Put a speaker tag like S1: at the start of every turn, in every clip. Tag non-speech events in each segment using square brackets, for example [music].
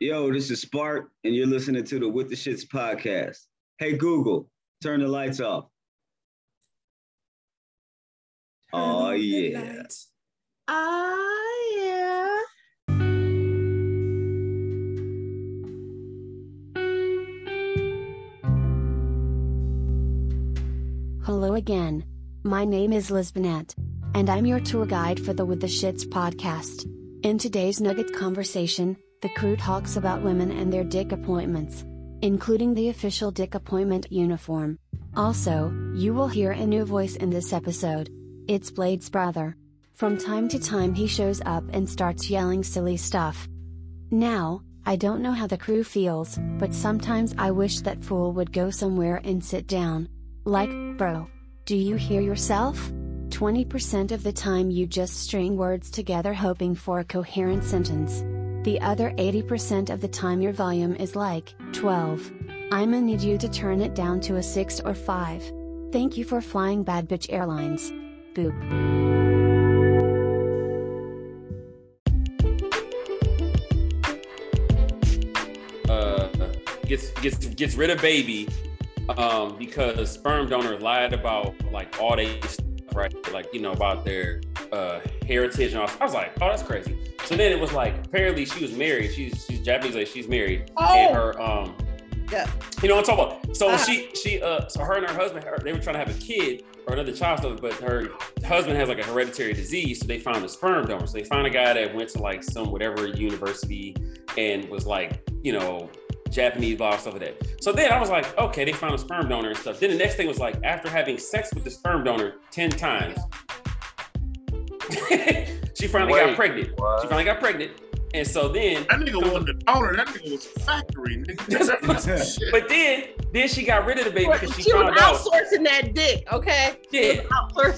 S1: Yo, this is Spark, and you're listening to the With the Shits podcast. Hey, Google, turn the lights off. Oh, yeah.
S2: Ah,
S3: Oh, yeah.
S4: Hello again. My name is Lisbonette. And I'm your tour guide for the With the Shits podcast. In today's Nugget conversation, the crew talks about women and their dick appointments, including the official dick appointment uniform. Also, you will hear a new voice in this episode. It's Blade's brother. From time to time, he shows up and starts yelling silly stuff. Now, I don't know how the crew feels, but sometimes I wish that fool would go somewhere and sit down. Like, bro. Do you hear yourself? 20% of the time you just string words together hoping for a coherent sentence. The other 80% of the time your volume is like, 12. I'ma need you to turn it down to a 6 or 5. Thank you for flying Bad Bitch Airlines. Boop.
S5: uh, gets gets gets rid of baby um, because sperm donor lied about like all they stuff, right? Like you know about their uh, heritage and all. I was like, oh, that's crazy. So then it was like apparently she was married. She's she's Japanese, like she's married,
S3: Oh,
S5: and her um.
S3: Yeah.
S5: You know what I'm talking about. So
S3: Ah.
S5: she she uh so her and her husband her, they were trying to have a kid or another child stuff, but her husband has like a hereditary disease, so they found a sperm donor. So they found a guy that went to like some whatever university and was like, you know, Japanese blah stuff like that. So then I was like, okay, they found a sperm donor and stuff. Then the next thing was like after having sex with the sperm donor ten times, [laughs] she finally got
S2: Wait,
S5: pregnant. She finally got pregnant, and so then
S2: That nigga wasn't a donor. That nigga was a factory. Nigga. Shit.
S5: but then then she got rid of the baby because she,
S3: she was
S5: found out.
S3: outsourcing that dick, okay? She
S5: Yeah.
S3: was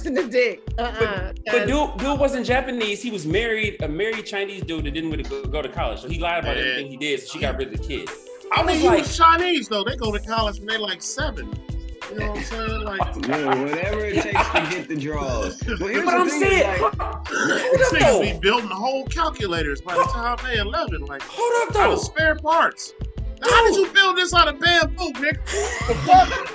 S3: outsourcing the dick. Uh-uh.
S5: But dude, dude wasn't Japanese. He was married, a married Chinese dude that didn't really go, go to college. So he lied about
S2: Yeah.
S5: everything he did. So she got rid of the kid.
S2: I
S5: was
S2: mean, he
S5: like-
S2: was Chinese though. They go to college when they like seven. You know what I'm saying? Like,
S1: Man, whatever it takes to get the draws. But
S3: [laughs]
S1: here's
S5: But
S1: the
S5: I'm
S1: thing,
S5: saying,
S1: like,
S5: hold up
S2: niggas be
S5: though.
S2: building whole calculators by the time they 11. Like,
S5: Hold up
S2: out
S5: though.
S2: of spare parts. How did
S5: Dude.
S2: you build this out of bamboo, nigga? [laughs] The fuck?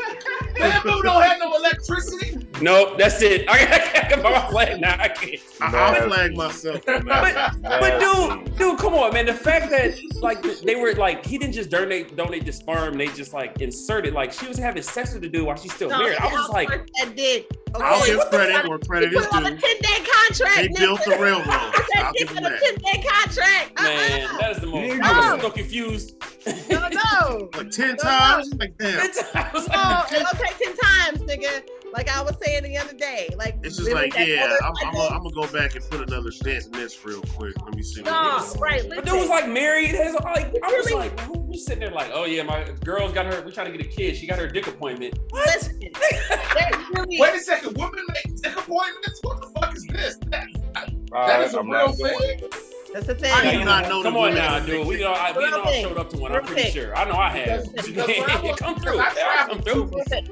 S2: bamboo don't have no electricity.
S5: Nope, that's it. [laughs] I gotta get my flag now. I can't.
S2: I, I'll flag myself.
S5: But- But dude, dude, come on, man. The fact that like they were like he didn't just donate donate the sperm, they just like inserted. Like she was having sex with the dude while she's still
S3: No,
S5: married.
S3: she
S5: I was just like,
S3: outsourced that dick.
S2: I'll
S3: okay?
S2: give credit
S3: She
S2: where credit
S3: put
S2: is
S3: it on a
S2: due.
S3: 10-day contract.
S2: They
S3: nigga.
S2: built the railroad. I'll
S3: [laughs] That
S2: give
S3: dick
S2: them
S3: on a
S2: that.
S3: 10-day contract. [laughs]
S5: man, that is the most. I was so confused.
S3: Uh-uh.
S5: [laughs]
S3: No, no.
S2: Like ten times. Like damn.
S5: I was
S3: No,
S5: like,
S3: it'll Oh, take 10 times, nigga. Like I was saying the other day. Like,
S2: It's just
S3: really
S2: like
S3: that
S2: yeah.
S3: other-
S2: I'm, I'm, gonna- I'm gonna go back and put another dent in this real quick. Let me see.
S3: No,
S2: what
S3: right.
S5: But dude was
S3: Listen,
S5: like married. It was like, I was
S3: Really?
S5: like, man, who was sitting there like, oh yeah, my girl's got her. We're trying to get a kid. She got her dick appointment.
S3: listen. There's really
S6: Wait a second, women make dick appointments? What the fuck is this? That,
S2: That
S1: Uh,
S6: that is a real thing?
S3: That's the
S2: I
S3: thing.
S2: do not know
S5: Come
S2: the
S5: on
S2: women.
S5: now, dude. We all, I, we
S3: Real
S5: all
S3: thing.
S5: showed up to one.
S3: Real
S5: I'm pretty
S3: thing.
S5: sure. I know I have.
S6: That's- because when I
S5: [laughs]
S6: was-
S5: come through.
S6: because I
S5: They'll Come
S6: traveled
S5: through.
S3: It's a real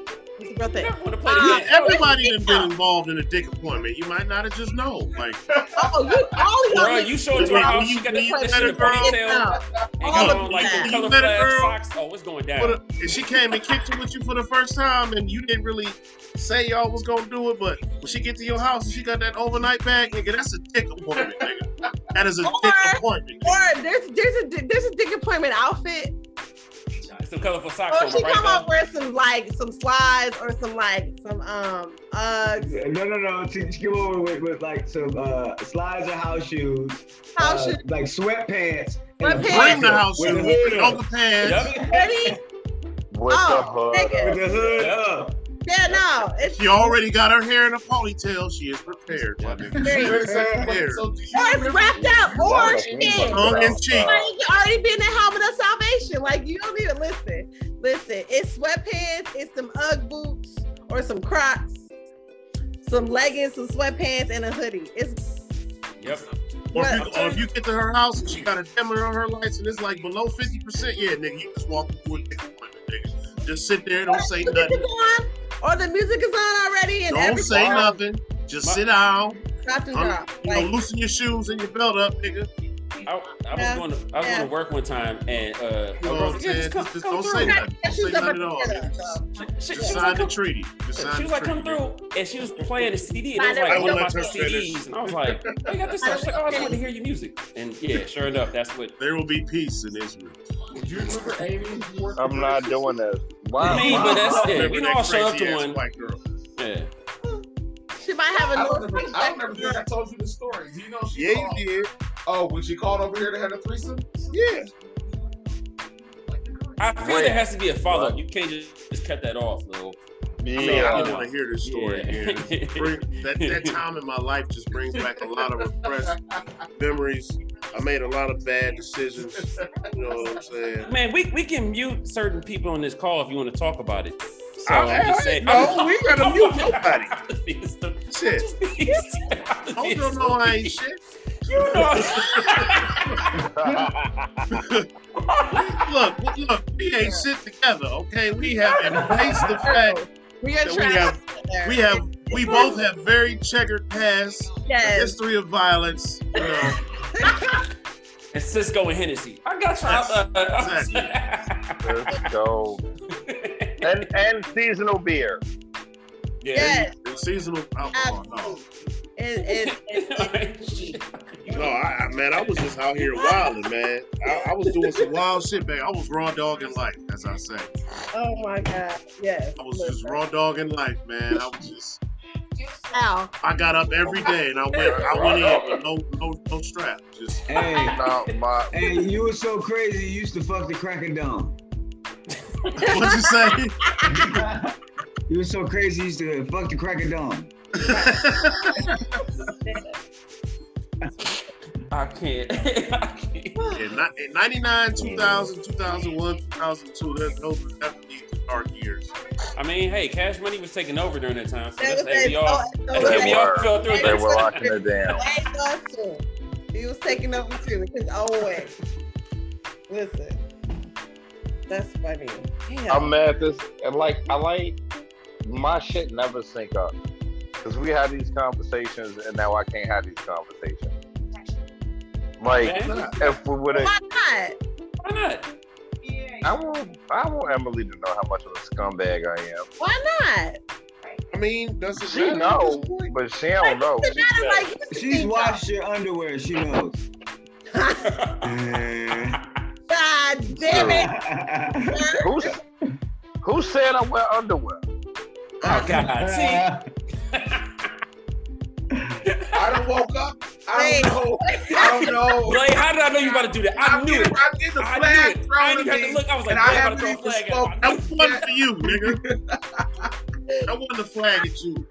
S5: You
S3: thing.
S5: never wanna play the
S3: Uh,
S5: game.
S2: Everybody done been involved in a dick appointment. You might not have just known. Like
S3: Oh, you all y'all
S5: Bro, you showed it to
S2: When
S5: her house.
S2: you-
S5: She got
S2: when
S5: the
S2: you
S5: that
S2: met
S5: shit
S2: a
S5: in the
S2: girl-
S5: ponytail. And
S3: all
S5: got
S3: of
S5: on like
S3: that.
S5: the
S2: You
S5: color
S2: met a girl-
S5: flag socks. Oh, what's going
S2: But
S5: down?
S2: uh, if she came and kicked it with you for the first time, and you didn't really say y'all was gonna do it, but when she get to your house and she got that overnight bag, nigga, that's a dick appointment, nigga. That is a dick
S3: Or-
S2: appointment.
S3: Or there's there's a di- there's a dick appointment outfit.
S5: Some colorful socks
S3: Or
S5: on
S3: Oh, she
S5: it right
S3: come out
S5: now.
S3: wearing some like some slides or some like some um uh
S1: no, no, no. She, she came over with, with like some uh, slides or house shoes,
S3: house
S1: uh,
S3: shoes.
S1: like sweatpants. and a
S3: Sweatpants.
S2: Bring the
S1: blazer
S2: house
S1: with
S2: shoes,
S1: a hood
S2: yoga
S1: up.
S2: pants,
S5: Yup.
S3: Ready?
S6: With
S3: Oh, nigga.
S1: With the hood up.
S3: Yeah, no. It's
S2: She already got her hair in a ponytail. She is prepared, my nigga.
S3: great. Or
S6: Wait a second, wait, so do you
S3: it's
S6: remember-
S3: wrapped up. Or shit.
S2: Tongue in cheek.
S3: Like, you already been in helmet of salvation. Like you don't need to listen. Listen, it's sweatpants, it's some UGG boots or some Crocs, some leggings, some sweatpants, and a hoodie. It's
S5: Yep.
S2: Or if,
S3: What?
S2: you,
S6: um,
S2: or if you get to her house and she got a dimmer on her lights and it's like below 50%, yeah, nigga, you just walk through a dick appointment, nigga. Just sit there, don't say
S3: the music
S2: nothing.
S3: is on, or the music is on already, and
S2: Don't
S3: everything
S2: say nothing. Just sit down.
S3: dropped and
S2: I'm-
S3: dropped.
S2: You
S3: Like,
S2: know, loosen your shoes and your belt up, nigga.
S5: I, I was
S3: Yeah.
S5: going to I was
S3: Yeah.
S5: going to work one time and uh,
S2: Come
S5: I was
S2: on,
S5: like, yeah, just
S2: Ted.
S5: come,
S2: Just, just
S5: come
S2: don't
S5: through.
S2: say
S3: Got
S2: nothing. Don't
S3: issues
S2: say
S3: up
S2: nothing at all.
S3: together, so.
S5: She, she,
S2: Just
S5: she was
S2: sign
S5: like,
S2: the
S5: come,
S2: treaty. Just sign
S5: she was
S2: the
S5: like,
S2: treaty.
S5: come through, and she was playing a CD, and
S3: I
S5: it was like
S3: never
S5: one of my
S2: let her finish.
S5: CDs, and I was like, "They got this
S3: I
S5: stuff." She's like, "Oh, I just
S3: never
S5: want to hear your music," and yeah, sure enough, that's what.
S2: There will be peace in Israel.
S6: Do you remember Amy? who worked
S7: I'm
S6: for
S7: not
S6: British?
S7: doing this.
S5: I mean,
S7: Wow.
S5: but that's
S2: I
S5: yeah,
S2: remember
S5: we
S2: that
S5: all show up
S2: crazy
S5: to
S2: ass
S5: one.
S2: White girl.
S5: Yeah,
S3: She might have a
S6: I don't
S3: little
S6: remember. I don't remember
S3: flashback.
S6: I told you the story. You know she
S2: Yeah,
S6: called.
S2: you did.
S6: Oh, when she called over here to have a threesome.
S2: Yeah.
S5: I feel
S7: Wait.
S5: there has to be a follow up. You can't just, just cut that off, though.
S2: I mean, I
S5: Yeah.
S2: don't want to hear this story again.
S5: [laughs]
S2: Bring- that, that time in my life just brings back a lot of repressed memories. I made a lot of bad decisions. You know what I'm saying?
S5: Man, we, we can mute certain people on this call if you want to talk about it. So
S2: I-
S5: I'm just
S2: I-
S5: saying,
S2: no, we ain't gotta mute
S5: [laughs]
S2: nobody. Shit. Oh, you don't know I ain't shit.
S5: You know.
S2: Look, we- look, we ain't shit together, okay? We have
S3: [laughs]
S2: embraced the fact
S3: We are
S2: that we
S3: trying.
S2: have-
S3: there.
S2: we have we both have very checkered past, a
S3: Yes.
S2: history of violence. You know,
S5: and Cisco and Hennessy. I got you.
S2: Yes,
S5: Uh, uh, [laughs]
S7: Let's go. And and seasonal beer.
S5: yeah.
S3: Yes.
S2: and seasonal alcohol. No,
S3: It, it, it,
S2: no, I, I man, I was just out here wilding, man. I, I was doing some wild shit, man. I was raw dogging life, as I say.
S3: oh my God. Yes.
S2: I was just raw dogging life, man. I was just.
S3: Ow.
S2: I got up every day and I went. I went in with no no no strap. Just [laughs]
S1: Hey,
S7: No, my
S1: hey, you was so crazy. You used to fuck the cracker dome.
S2: what you say?
S1: You was so crazy. You used to fuck the cracker dome.
S5: I can't. [laughs] I can't.
S2: yeah, ni- in 99, 2000, 2001, 2002, that- those were definitely the dark years.
S5: I mean, hey, Cash Money was taking over during that time, so
S3: That
S5: that's
S3: was
S5: hey, we
S3: that-
S5: all,
S3: oh, so
S5: that's how
S7: They
S5: we
S3: that-
S5: all
S7: were.
S5: fell through
S7: They
S5: it.
S7: were locking it down.
S3: that was too. He was taking over too, his own way. Listen, that's funny. Damn.
S7: I'm mad at this and like I like my shit never sync up. Cause we had these conversations and now I can't have these conversations. Like
S5: Man,
S7: if we would have
S3: Why not?
S5: why not?
S7: I want I want Emily to know how much of a scumbag I am.
S3: Why not?
S2: I mean, does it
S7: She
S2: matter at
S7: knows,
S2: this point?
S7: but she don't know.
S3: It's
S7: She
S3: not
S7: said-
S3: like you
S1: She's
S3: think
S1: washed your underwear. She knows.
S3: that. God damn it.
S7: who, s- who said I wear underwear?
S5: [laughs] Oh, God. [laughs] See?
S1: [laughs]
S6: I done woke up. I
S3: Wait.
S6: don't know. I don't know.
S5: Blake, how did I know you were about to do that? I
S6: I'm
S5: knew
S6: getting-
S5: it.
S6: I'm getting the
S5: I
S6: flag
S5: knew it. I
S6: thrown
S5: ain't
S6: at
S5: even had to
S6: me.
S5: look. I was like,
S6: and I
S5: Blake about to
S6: haven't
S5: throw a
S6: even
S5: flag
S6: spoke.
S5: out. I
S2: That
S5: knew-
S2: wasn't for you, nigga. That wasn't a flag at you.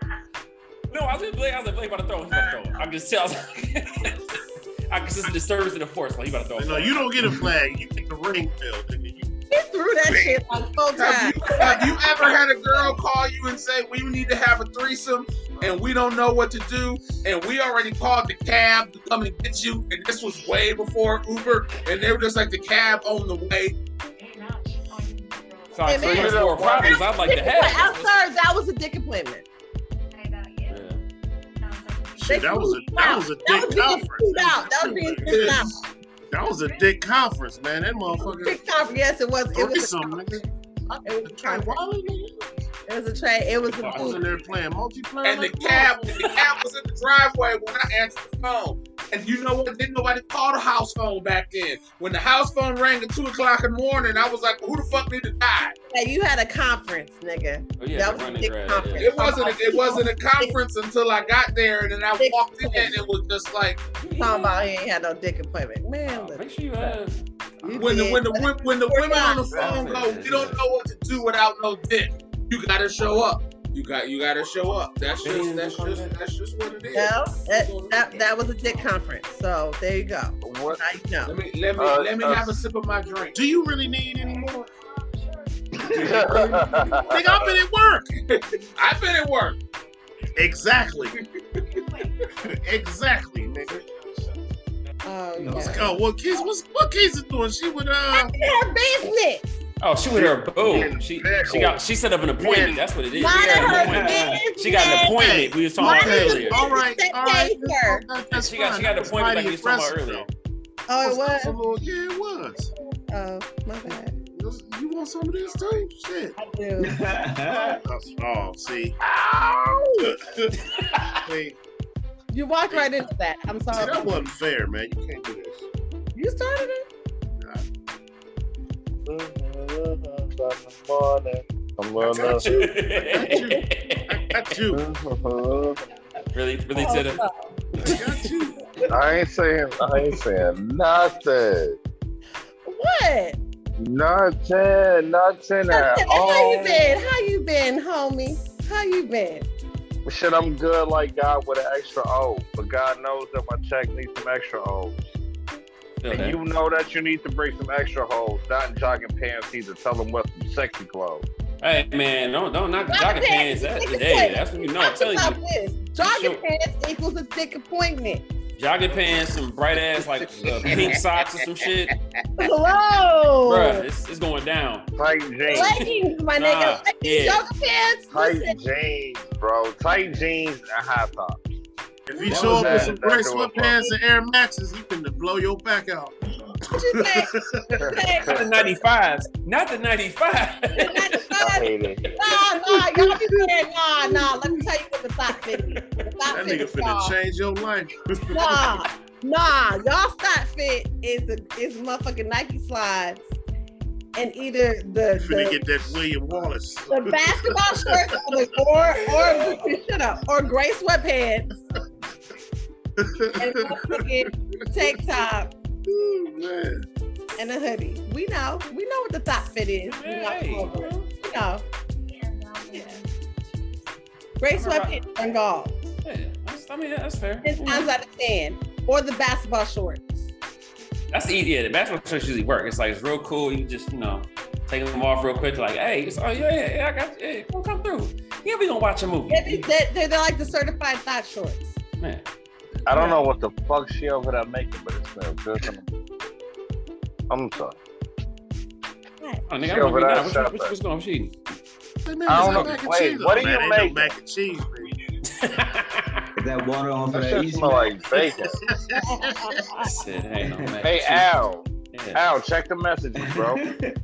S5: No, I was like, Blake, I was like, Blake about to throw it. He's about to throw it. I'm just [laughs] telling. I guess it's a disturbance in the force. Like, he about to throw it.
S2: No, you don't get a flag. You get the ring bill, nigga. You,
S3: He threw that shit like full time.
S6: Have you, have you ever had a girl call you and say we need to have a threesome and we don't know what to do and we already called the cab to come and get you and this was way before Uber and they were just like the cab on the way.
S5: So I
S3: Hey, man.
S5: experienced more problems I'd like to
S3: I'm
S5: have.
S3: sorry, that was a dick appointment.
S5: Yeah. Oh,
S2: shit, that was a that was a
S3: That
S2: dick
S3: was being
S2: conference.
S3: screwed out. That was being screwed out.
S2: That was a dick conference, man. That motherfucker.
S3: Dick conference. Yes, it was. It was.
S2: Threesome, nigga.
S3: It was a
S2: Try
S3: conference.
S2: wilding, nigga.
S3: It was a trade. It was a
S2: I was in
S3: move.
S2: there playing multiplayer.
S6: And the cab the cab was in the driveway when I answered the phone. And you know what? Didn't nobody call the house phone back then. When the house phone rang at two o'clock in the morning, I was like, who the fuck need to die?
S3: Like, you had a conference, nigga.
S5: Oh, yeah,
S3: That
S5: the
S3: was a
S5: running
S3: big
S5: grab,
S3: conference.
S5: yeah.
S6: It wasn't. A, it wasn't a conference until I got there, and then I walked in, and it was just like
S3: Talking about he ain't had no dick appointment. Man,
S5: Oh,
S3: look.
S5: Make sure you uh,
S3: You
S6: when the
S3: did.
S6: when the wo- when the women on the phone go, we don't know what to do without no dick. You gotta show up. You got you gotta show up. That's just that's just that's just what it is.
S3: No, that, that, that was a dick conference. So there you go.
S7: What?
S3: I know.
S6: Let me let me
S7: Uh,
S6: let me
S7: uh,
S6: have a sip of my drink.
S2: Do you really need any more?
S7: [laughs]
S2: Nigga, I've
S7: Nigga,
S2: been at work.
S6: I've been at work.
S2: Exactly. [laughs] exactly, nigga.
S3: Oh,
S1: No.
S3: yeah.
S2: Oh, what kids? What's what kids is doing? She would uh.
S3: Look at her business.
S5: Oh, she with her boom.
S7: Yeah,
S5: She she
S7: pickle.
S5: got she set up an appointment.
S7: Yeah.
S5: That's what it is.
S3: Mind
S5: She got an
S3: her
S5: appointment.
S3: business.
S5: She got an appointment. We was talking
S3: Why
S5: about
S3: did
S5: earlier.
S3: you-
S2: All right, all right.
S3: That
S2: That's- that's
S5: She got she
S2: fine.
S5: got an
S2: That's
S5: appointment like
S2: mighty
S5: we was talking about
S2: aggressive,
S5: earlier.
S2: though.
S3: Oh, it
S2: What's
S3: was.
S2: up, Lord? Yeah, it was.
S3: Oh, my bad.
S2: It was- You want some of this too? Shit.
S3: I do.
S2: Oh, oh, see.
S7: [laughs]
S2: see,
S3: [laughs] You walked right into that. I'm
S2: see,
S3: sorry.
S2: that wasn't fair, man. You can't do this.
S3: You started it.
S2: got you. I got
S7: [laughs]
S2: you.
S5: [laughs] really, really
S3: Oh,
S5: to the
S2: I got you.
S7: I ain't saying I ain't saying nothing.
S3: What?
S7: Nothing, nothing [laughs] at
S3: How you
S7: all.
S3: been? How you been, homie? How you been?
S7: Shit, I'm good like God with an extra O, but God knows that my check needs some extra O's. And you know that you need to bring some extra holes, not in jogging pants either. Tell them what some sexy clothes.
S5: Hey man, don't don't knock
S3: Jogging
S5: jogging
S3: pants.
S5: pants that
S3: It's a
S5: today.
S3: point.
S5: That's what you know.
S3: I'm
S5: I'm telling
S3: about
S5: you,
S3: this. Jogging
S5: Sure.
S3: pants equals a dick appointment.
S5: jogging pants, some bright ass [laughs] like uh, pink socks or some shit, Oh.
S3: Hello.
S5: bruh. It's, it's going down.
S7: Tight jeans.
S3: Leggings, my
S5: Nah,
S3: nigga. Leggings,
S5: yeah.
S3: jogging pants. Listen,
S7: Tight jeans, bro. Tight jeans and high top. [laughs]
S2: If you
S7: That
S2: show up with
S7: was that-
S2: some
S7: that
S2: gray
S7: door
S2: sweatpants and Air Maxes, you can blow your back out.
S3: what you think? You think?
S5: Not the ninety fives, not the ninety five.
S7: I hate it.
S3: Nah, nah, y'all be saying nah, nah. Let me tell you what the thought fit is. The thought
S2: That
S3: fit
S2: nigga
S3: is y'all.
S2: finna change your life.
S3: Nah, nah. Y'all thought fit is the is motherfucking Nike slides and either the
S2: You finna
S3: the,
S2: get that William Wallace.
S3: the
S2: [laughs]
S3: basketball shorts or the- or or shut up or gray sweatpants and motherfucking tank top
S2: Ooh, man.
S3: and a hoodie. We know, we know what the thought fit is. We know,
S5: [laughs] Hey.
S3: we know. Yeah. Gray sweatpants and golf.
S5: Yeah, that's- I mean that's fair.
S3: Ten times out of ten, or the basketball shorts.
S5: That's easy. Yeah, the basketball shorts usually work. It's like it's real cool. You just you know take them off real quick. Like hey, it's, oh yeah, yeah, yeah, I got yeah, come come through. Yeah, we gonna watch a movie.
S3: They're, they're, they're like the certified thought shorts.
S5: Man,
S7: I don't know what the fuck she over there making, but it smells good. I'm- I'm sorry.
S5: oh, nigga,
S7: She
S5: I'm gonna
S7: over
S5: be
S7: there,
S5: now. What's,
S7: shut
S5: what's,
S7: up.
S5: what's going on? What's she
S2: That man is a
S7: I don't know.
S2: mac and
S7: Wait,
S2: cheese.
S7: what do
S2: Man,
S7: you
S2: ain't
S7: make?
S2: No mac and cheese, man.
S5: eating?
S1: Is that water on for
S7: That
S1: that
S7: shit
S1: East
S7: smell
S1: Bay?
S7: like bacon.
S5: [laughs]
S2: [laughs]
S5: I said, hey, no, man.
S7: Hey, Al.
S5: Yeah.
S7: Al, check the messages, bro.
S1: [laughs] That